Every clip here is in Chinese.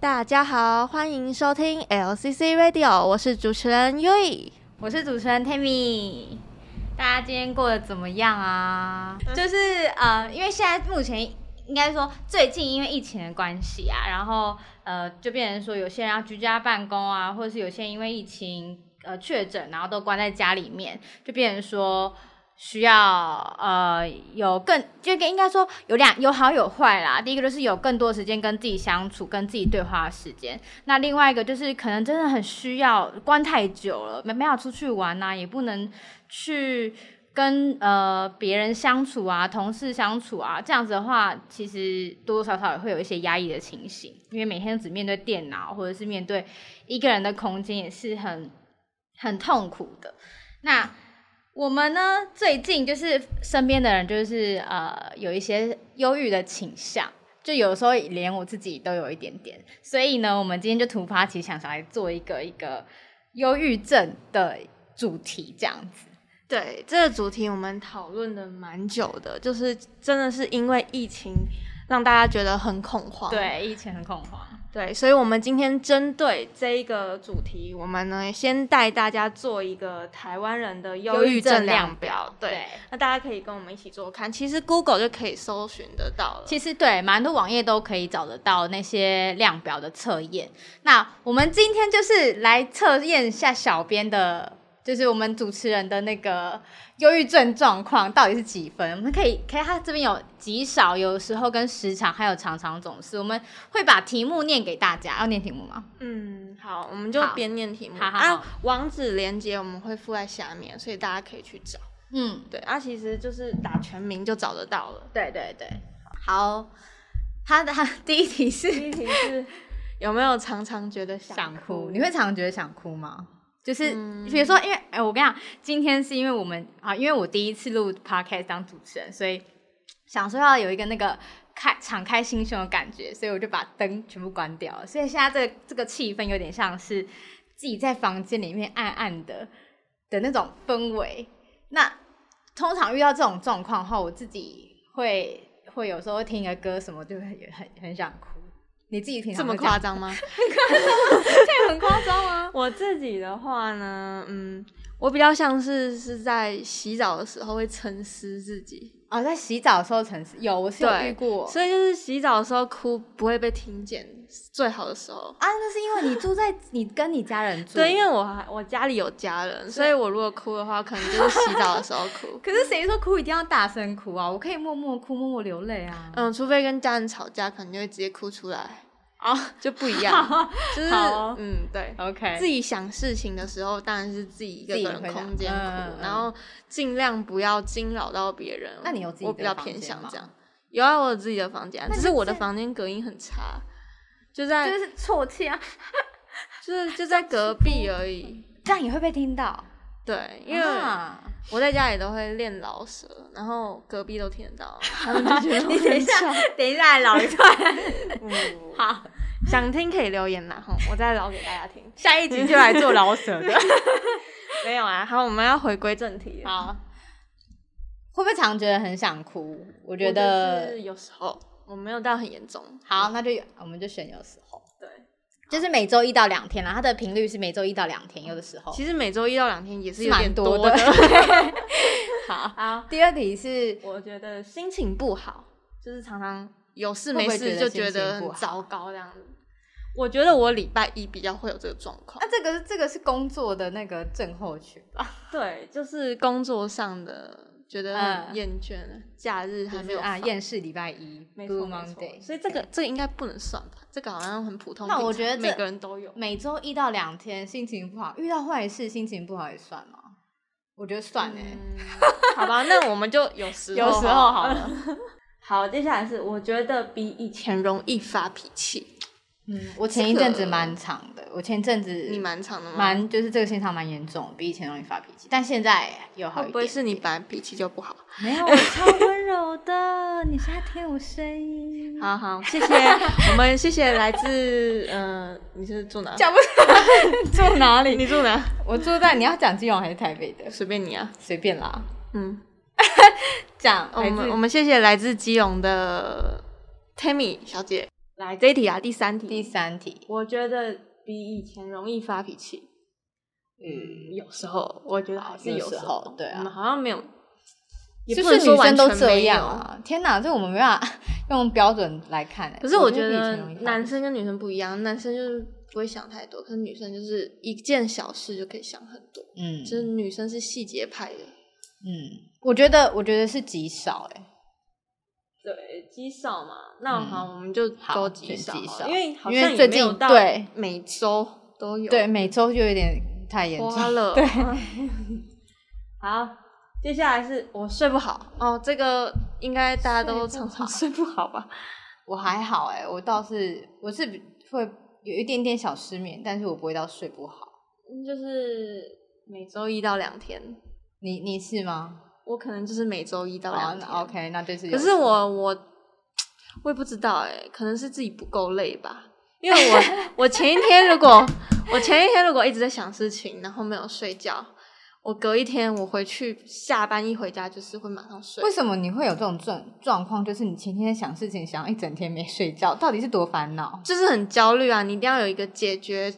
大家好，欢迎收听 LCC Radio，我是主持人 Yui。我是主持人 Tammy，大家今天过得怎么样啊？就是呃，因为现在目前应该说最近因为疫情的关系啊，然后呃就变成说有些人要居家办公啊，或者是有些人因为疫情呃确诊，然后都关在家里面，就变成说需要呃有更就跟应该说有两有好有坏啦。第一个就是有更多时间跟自己相处、跟自己对话的时间，那另外一个就是可能真的很需要关太久了，没没有出去玩呐、也不能去跟呃别人相处啊、同事相处啊，这样子的话，其实多多少少也会有一些压抑的情形，因为每天只面对电脑或者是面对一个人的空间，也是很很痛苦的。那我们呢，最近就是身边的人就是呃有一些忧郁的倾向，就有时候连我自己都有一点点，所以呢，我们今天就突发奇想，想来做一个一个忧郁症的主题，这样子。对这个主题，我们讨论的蛮久的，就是真的是因为疫情让大家觉得很恐慌。对，以前很恐慌。对，所以我们今天针对这一个主题，我们呢先带大家做一个台湾人的忧郁症量表。对，对，那大家可以跟我们一起做看，其实 Google 就可以搜寻得到了。其实对，蛮多网页都可以找得到那些量表的测验。那我们今天就是来测验一下小编的，就是我们主持人的那个忧郁症状况到底是几分。我们可以，可以，他这边有极少，有时候跟时长，还有常常总是。我们会把题目念给大家，要念题目吗？嗯，好，我们就好边念题目好好啊好，网址连接我们会附在下面，所以大家可以去找。嗯，对啊，其实就是打全名就找得到了。对对 对，好。他的他第一题是第一题是 有没有常常觉得想哭？哭，你会常觉得想哭吗？就是嗯比如说，因为哎、我跟你讲，今天是因为我们啊，因为我第一次录 podcast 当主持人，所以想说要有一个那个开敞开心胸的感觉，所以我就把灯全部关掉了。所以现在这个这个气氛有点像是自己在房间里面暗暗的的那种氛围。那通常遇到这种状况的话，我自己会会有时候会听个歌什么，就会很很想哭。你自己平常 这么会夸 样？张吗？这很夸张啊吗？ 我自己的话呢，嗯，我比较像是是在洗澡的时候会沉思自己，哦，在洗澡的时候沉思，有我是有对遇过所以就是洗澡的时候哭不会被听见，是最好的时候。啊，那是因为你住在你跟你家人住，。对，因为我还我家里有家人，所以我如果哭的话，可能就是洗澡的时候哭可是谁说哭一定要大声哭啊？我可以默默哭，默默流泪啊。嗯，除非跟家人吵架，可能就会直接哭出来，哦就不一样。就是好哦嗯，对， ，OK，自己想事情的时候，当然是自己一个自己人回家空间哭，嗯嗯嗯然后尽量不要惊扰到别人。那你有自己我的比较房偏间向吗这样，有啊，我有自己的房间啊，那只你是我的在房间隔音很差，就就在是啊啜泣啊，就是就在隔壁而已。这样也会被听到，对，因为哦啊我在家里都会练老舌，然后隔壁都听得 到，他们就觉得你我等一很下吵。，等一下来老一段，嗯好，想听可以留言啦，吼，我再聊给大家听。下一集就来做老舍 的，没有啊，好，我们要回归正题了。好。 会不会常觉得很想哭？我我觉就得是有时候我没有到很严重。好，那就有我们就选有时候，对。就是每周一到两天啦，它的频率是每周一到两天，有的时候其实每周一到两天也是有点蛮多的。 好，好，第二题是我觉得心情不好，就是常常有事会没不会事觉得就心觉得情不很好糟糕这样子。我觉得我礼拜一比较会有这个状况啊，，这个是这个是工作的那个症候群吧？对，就是工作上的觉得很嗯厌倦了，假日还就没是有啊，放厌世礼拜一没，Blue 错没 Monday。错，所以这个这个应该不能算吧，这个好像很普通平那常。我觉得这每个人都有，每周一到两天心情不好，遇到坏事心情不好也算吗？我觉得算哎、嗯，好吧，那我们就有时有时候好 了。好，接下来是我觉得比以前容易发脾气，嗯，我前一阵子蛮长的，我前一阵子你蛮长的吗？蛮就是这个现象蛮严重，比以前容易发脾气，但现在有好一会点。不会是你本来脾气就不好？没有，我超温柔 的。你现在听我声音，好好，谢 谢我们，谢谢来自嗯、呃，你是住哪？讲不出来住哪里？ 你住哪？我住在你要讲基隆还是台北的？随便你啊，随便啦。嗯，讲哦我来自们我们谢谢来自基隆的 Tammy 小姐。来这一题啊，第三题，第三题，我觉得比以前容易发脾气。嗯，有时候我觉得还是有有时候对啊我们好像没有，也就不能是说女完生都全这没有样。啊！天哪，这我们没办法 用标准来看、欸。可是我觉觉比以得前容易发男脾气生跟女生不一样，男生就是不会想太多，可是女生就是一件小事就可以想很多，嗯就是女生是细节派的。嗯，我觉得我觉得是极少哎、对，极少嘛，那嗯好，我们就好勾极选少极好少了，因为好因为像也最没有近到对每周都有， 对，每周就有点太严重。花了。对， 好，接下来是我睡不好哦，这个应该大家都常常 睡不好吧？我还好哎、我倒是我是比会有一点点小失眠，但是我不会到睡不好。就是每周一到两天，你你是吗？我可能就是每周一到好两天。哦那，OK，那就是有可事。是我我我也不知道哎、可能是自己不够累吧。因为我 我前一天如果我前一天如果一直在想事情，然后没有睡觉，我隔一天我回去下班一回家就是会马上睡为。什么你会有这种状状况？就是你前天在想事情，想要一整天没睡觉，到底是多烦恼？就是很焦虑啊，你一定要有一个解决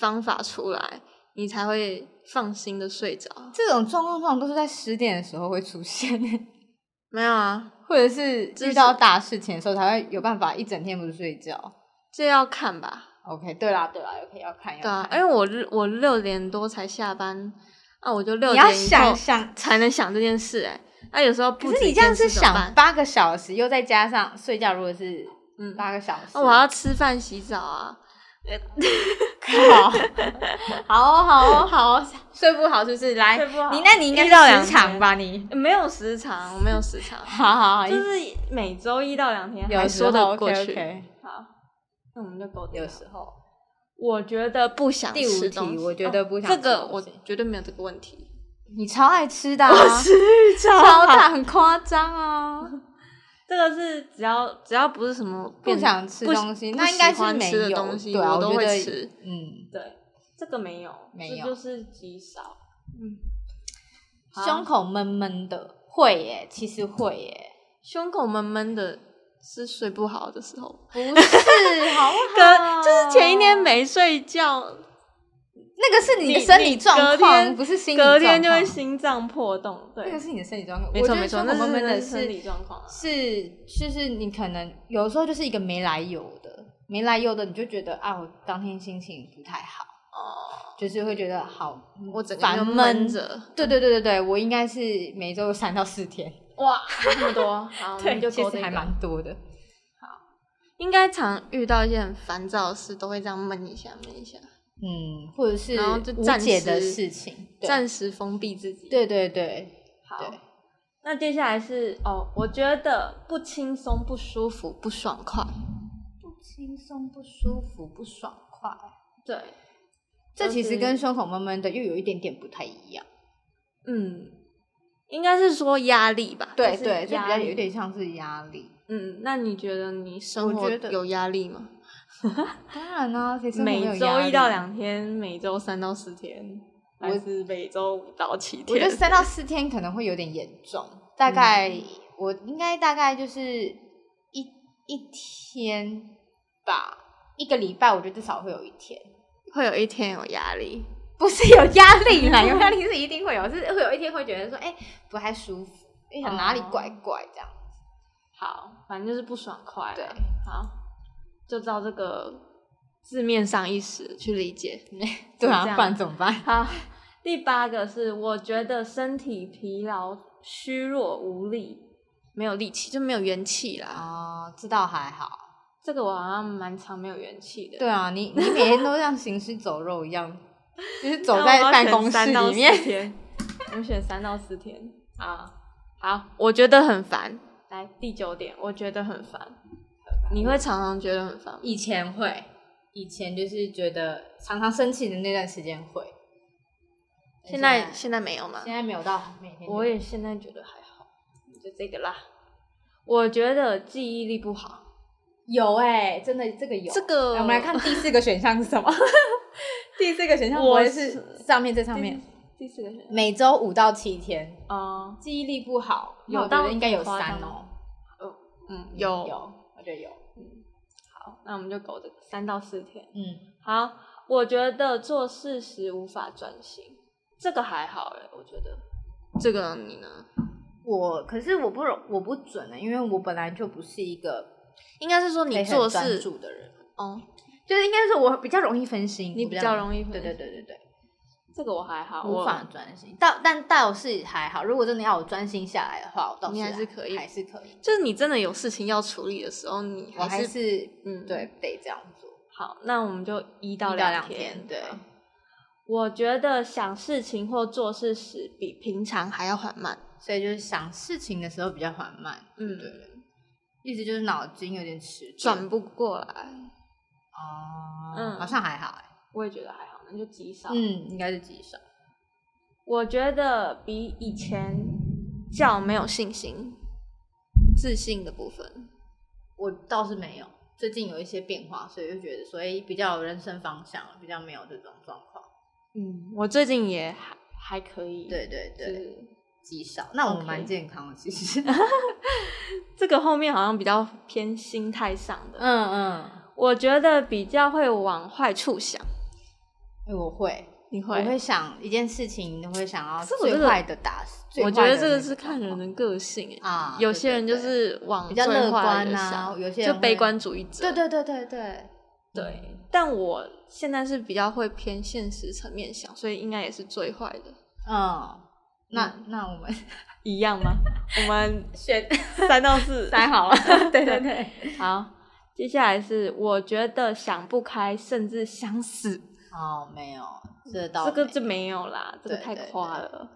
方法出来，你才会放心的睡着。这种状况通常都是在十点的时候会出现， 没有啊，或者是这遇是到大事情的时候才会有办法一整天不睡觉。这要看吧。 OK，对啦，对啦，OK，要看要看。对啊，因为我日我六点多才下班，啊，我就六你要点以想后想， 才能想这件事、欸，哎，那有时候不可止是你一这样件事是怎么想办八个小时，又再加上睡觉，如果是嗯八个小时，那、我还 要吃饭、洗澡啊， 靠，好哦，好哦，好哦，睡不好是不是？来，睡不好你那你应该一到两是时常吧？你，，欸没有时长，我没有时长 好好好，就是每周一到两天还有说时得候过 OK 去。 OK，好，那我们就勾掉有。时候我觉得不想第五吃题东西哦我觉得不想这吃个东我西绝对没有这个问 题。你超爱吃的啊，超大，超大，很夸张啊， 这个是只要只要不是什么不变想吃不东西，不那应该喜是欢没吃的有东西对啊，我我都觉会得吃嗯，对这个没有，没这有就是极少。好胸口闷闷的，会耶，其实会耶，胸口闷闷的，是睡不好的时候，啊不是，好不隔好？就是前一天没睡觉， 那个是你的你生你理状隔况，天不是心理状隔况，天就会心脏破洞。那对个，是你的生理状况，没我错觉得没错，胸那口闷闷那的是生理状况啊。是，就是你可能有时候就是一个没来由的，没来由的，你就觉得啊，我当天心情不太好，哦，就是会觉得好，我整个烦就闷闷。着，对对对对对，我应该是每周有三到四天，哇，这么多， 好，我们就其勾实这还个。蛮多的。应该常遇到一些很烦躁的事，都会这样闷一下，闷一下，嗯，或者是然后就无暂解的时事情，对暂时封闭自己。对对对好对，那接下来是哦，我觉得不轻松、不舒服、不爽快。不轻松、不舒服、不爽快，对，这就其实是跟胸口闷闷的又有一点点不太一样。嗯，应该是说压力吧。对就是对，就比压较力有点像是压力。嗯，那你觉得你生我活觉得有压力吗？当然啦、谁生活没有每周压一到力，两天，每周三到四天，我还是每周五到七我觉天嗯得？三到四天可能会有点严重，大概、我应该大概就是一一天吧，一个礼拜，我觉得至少会有一天，会有一天有压力。不是有压力 啦，有压力是一定会有，是会有一天会觉得说，哎、不太舒服，哎、哦哪里怪怪这样。好，反正就是不爽快啊。对好，就照这个字面上意思去理 解。对这啊，样不然怎么办？好，第八个是我觉得身体疲劳、虚弱无力，没有力气，就没有元气啦。哦，这倒还好。这个我好像蛮常没有元气的。对啊，你你每天都像行尸走肉一样，就是 那走我在要办选公室三到里四面。天 我们选三到四天啊。好，我觉得很烦。来第九点，我觉得很烦。你会常常觉得很烦吗？以前会，以前就是觉得常常生气的那段时间会，现在现在没有吗？现在没有到每天，我也现在觉得还好，就这个啦。我觉得记忆力不好，哎有哎、真的这个有这个来我们来看第四个选项是什么？第四个选项不我会是上面这上面第四个选项每周五到七天，哦，记忆力不好，有那我觉到得应该有夸张三哦吗。嗯，嗯有有，我觉得有。好，那我们就搞这个三到四天。嗯，好，我觉得做事时无法专心，这个还好哎、我觉得。这个你呢？我可是我不容我不准的、因为我本来就不是一个应该是说可你以很做专事注的人，哦，就是应该是我比较容易分心，你我比较容易分对对心对对对，这个我还好，无我法专心。但但倒是还好，如果真的要我专心下来的话，我倒你是还是可以还是可以，就是你真的有事情要处理的时候，你我还是是嗯对得这样做。好。那我们就一到一到两两天对好我觉得想事情或做事时比平常还要缓慢。所以就是想事情的时候比较缓慢，嗯对，一直就是脑筋有点迟钝转不过来，哦，嗯好像还好哎、我也觉得还好，那就极少。嗯，应该是极少，我觉得比以前较没有信心、自信的部分。我倒是没有，最近有一些变化，所以就觉得所以比较有人生方向了，比较没有这种状况，嗯，我最近也还还可以。对，对就对，是极少，那我 OK 蛮健康的其实，这个后面好像比较偏心态上的。嗯嗯，我觉得比较会往坏处想。 因为我会。你我会想一件事情，你会想要这个我最觉得坏的打死。最我觉得坏的这个那是看人状的个性欸况啊，有对些对人就对是往比较最乐坏观的啊想，有些就人悲会观主义者。对对对对对，对，但我现在是比较会偏现实层面想，所以应该也是最坏的，嗯，那那我 们一样吗？我们选 三到四三好了， 对对对，好。接下来是我觉得想不开，甚至想死，哦，没有，这嗯倒这个没就没有啦，这个对太对夸了。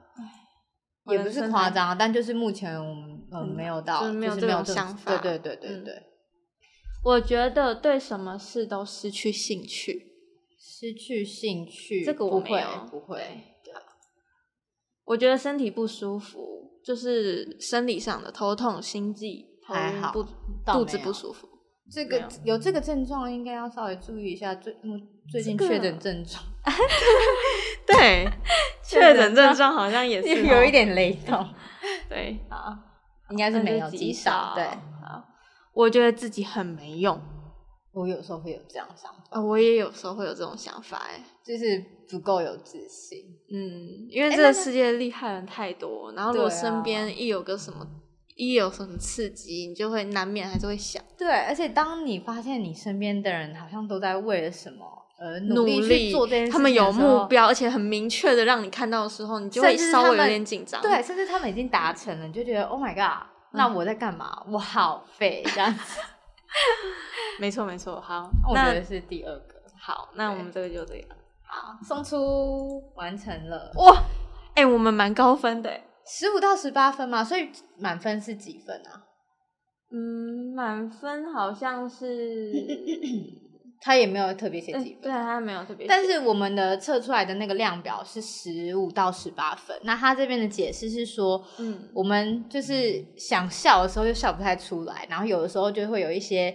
也不是夸张，但就是目前我们呃嗯没有到，就是没有这这种种想法对对对对嗯对，我觉得对什么事都失去兴趣，失去兴趣，这个我不没会有不会，对我觉得身体不舒服，就是生理上的头痛、心悸、头还晕好不倒肚没子有不舒服。这没个有有这个症状应该要稍微注意一下，最嗯最近这个确诊症状 对，确确诊诊症症状好像也是 有哦一点雷同，对，应该是没有极少，对好，我觉得自己很没用我有时候会有这样想法，啊、我也有时候会有这种想法哎，就是不够有自信，嗯，因为哎这个那世界厉害人太多，然后如对果啊身边一有个什么。一有什么刺激，你就会难免还是会想对，而且当你发现你身边的人好像都在为了什么而努力去做这件事情，他们有目，标，而且很明确的让你看到的时候，你就会甚至稍微他有们点紧张。对，，甚至他们已经达成了，你就觉得 Oh my god，那嗯我在干嘛？我好废这 样子。没错没错。好，我觉那得是第二个，好，那我对们这个就这样。好，送出完成了，哇，哎、我们蛮高分的欸，十五到十八分嘛，所以满分是几分啊？嗯，满分好像 是他也没有特别写呃几对分。啊，他没有特别写，但是我们的测出来的那个量表是十五到十八分，那他这边的解释是说，嗯，我们就是想笑的时候又笑不太出来，然后有的时候就会有一些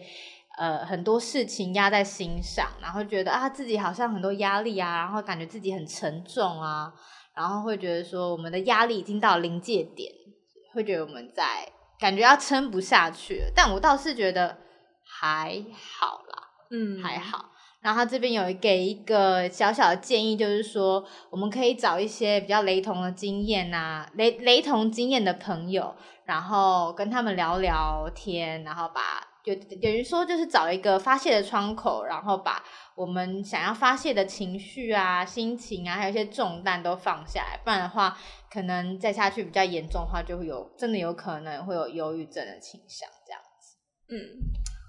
呃很多事情压在心上，然后觉得啊自己好像很多压力啊，然后感觉自己很沉重啊，然后会觉得说我们的压力已经到临界点，会觉得我们在感觉要撑不下去了。但我倒是觉得还好啦，嗯还好。然后他这边有给一个小小的建议，就是说我们可以找一些比较雷同的经验呐、雷雷同经验的朋友，然后跟他们聊聊天，然后把就等于说就是找一个发泄的窗口，然后把我们想要发泄的情绪啊、心情啊，还有一些重担都放下来，不然的话，可能再下去比较严重的话，就会有真的有可能会有忧郁症的倾向这样。嗯，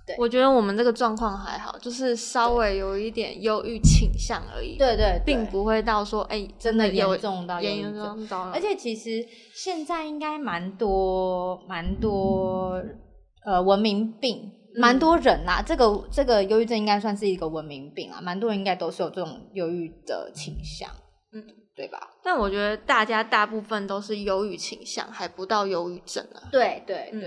对我觉得我们这个状况还好，就是稍微有一点忧郁倾向而已，，对对对并不会到说哎、真的有严重到忧郁严症。重到，而且其实现在应该蛮多蛮多呃文明病蛮多人啦，这个这个忧郁症应该算是一个文明病啊，蛮多人应该都是有这种忧郁的倾向，嗯，对吧？但我觉得大家大部分都是忧郁倾向，还不到忧郁症啊。对对嗯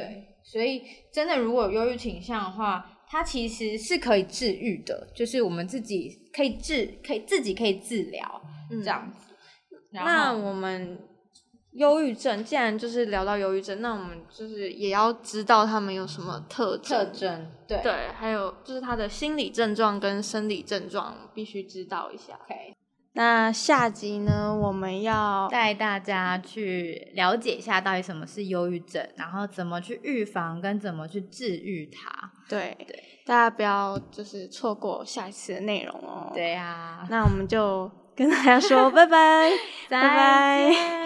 所以真的如果有忧郁倾向的话，它其实是可以治愈的，就是我们自己可以治，可以自己可以治疗嗯这样子。然那后我们忧郁症，既然就是聊到忧郁症，那我们就是也要知道他们有什么特征特征对对，还有就是他的心理症状跟生理症状必须知道一下。 OK，那下集呢，我们要带大家去了解一下到底什么是忧郁症，然后怎么去预防跟怎么去治愈它。对大家不要就是错过下一次的内容哦。，对啊， 那我们就跟大家说拜拜，拜再拜。见